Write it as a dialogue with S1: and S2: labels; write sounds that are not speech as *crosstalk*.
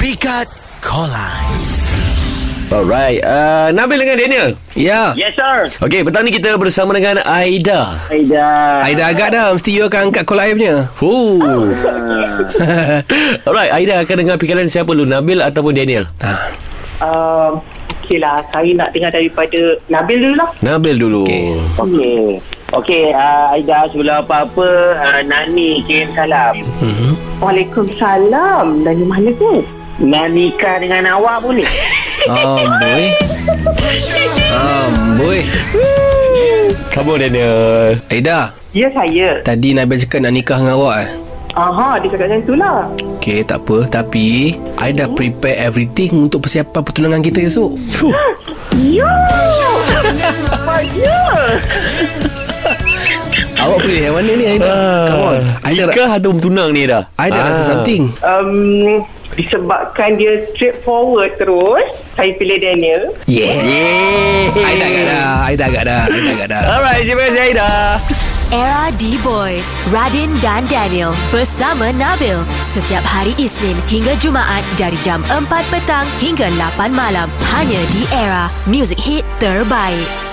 S1: Pikat Kolan.
S2: Alright, uh, Nabil dengan Daniel.
S3: Ya.
S4: Yes, sir.
S2: Okey, petang ni kita bersama dengan Aida.
S4: Aida.
S3: Aida agak dah Mesti you akan angkat call air punya
S2: Fuh. *laughs* Alright, Aida akan dengar pilihan siapa dulu, Nabil ataupun Daniel?
S4: um,
S5: uh, Okey lah Saya nak dengar daripada Nabil dulu lah
S2: Nabil dulu.
S3: Okey.
S4: Okey. Okey, uh, Aida sebelum apa-apa, uh, Nani kirim salam.
S5: Waalaikumsalam Dari mana tu?
S4: Nani nikah dengan awak boleh?
S3: Amboi Amboi
S2: Kamu Daniel.
S3: Aida
S5: *laughs* Ya saya
S3: Tadi Nabil cakap nak nikah dengan awak eh?
S5: Aha dia cakap macam tu lah
S3: Okay tak apa Tapi Aida prepare everything Untuk persiapan pertunangan kita esok
S5: Yo Nampak Ya
S3: *laughs* Awak pilih yang mana ni Aida Come on Aida nak,
S2: Nikah Ah, atau bertunang ni dah? Ah.
S3: Aida nak rasa something
S5: um, Disebabkan dia straightforward terus Saya pilih Daniel
S3: Yeah, Aida agak dah Aida agak dah Aida agak dah
S2: Alright, terima kasih Aida.
S6: Era D-Boys, Radin dan Daniel bersama Nabil. Setiap hari Isnin hingga Jumaat dari jam 4 petang hingga 8 malam. Hanya di Era, music hit terbaik.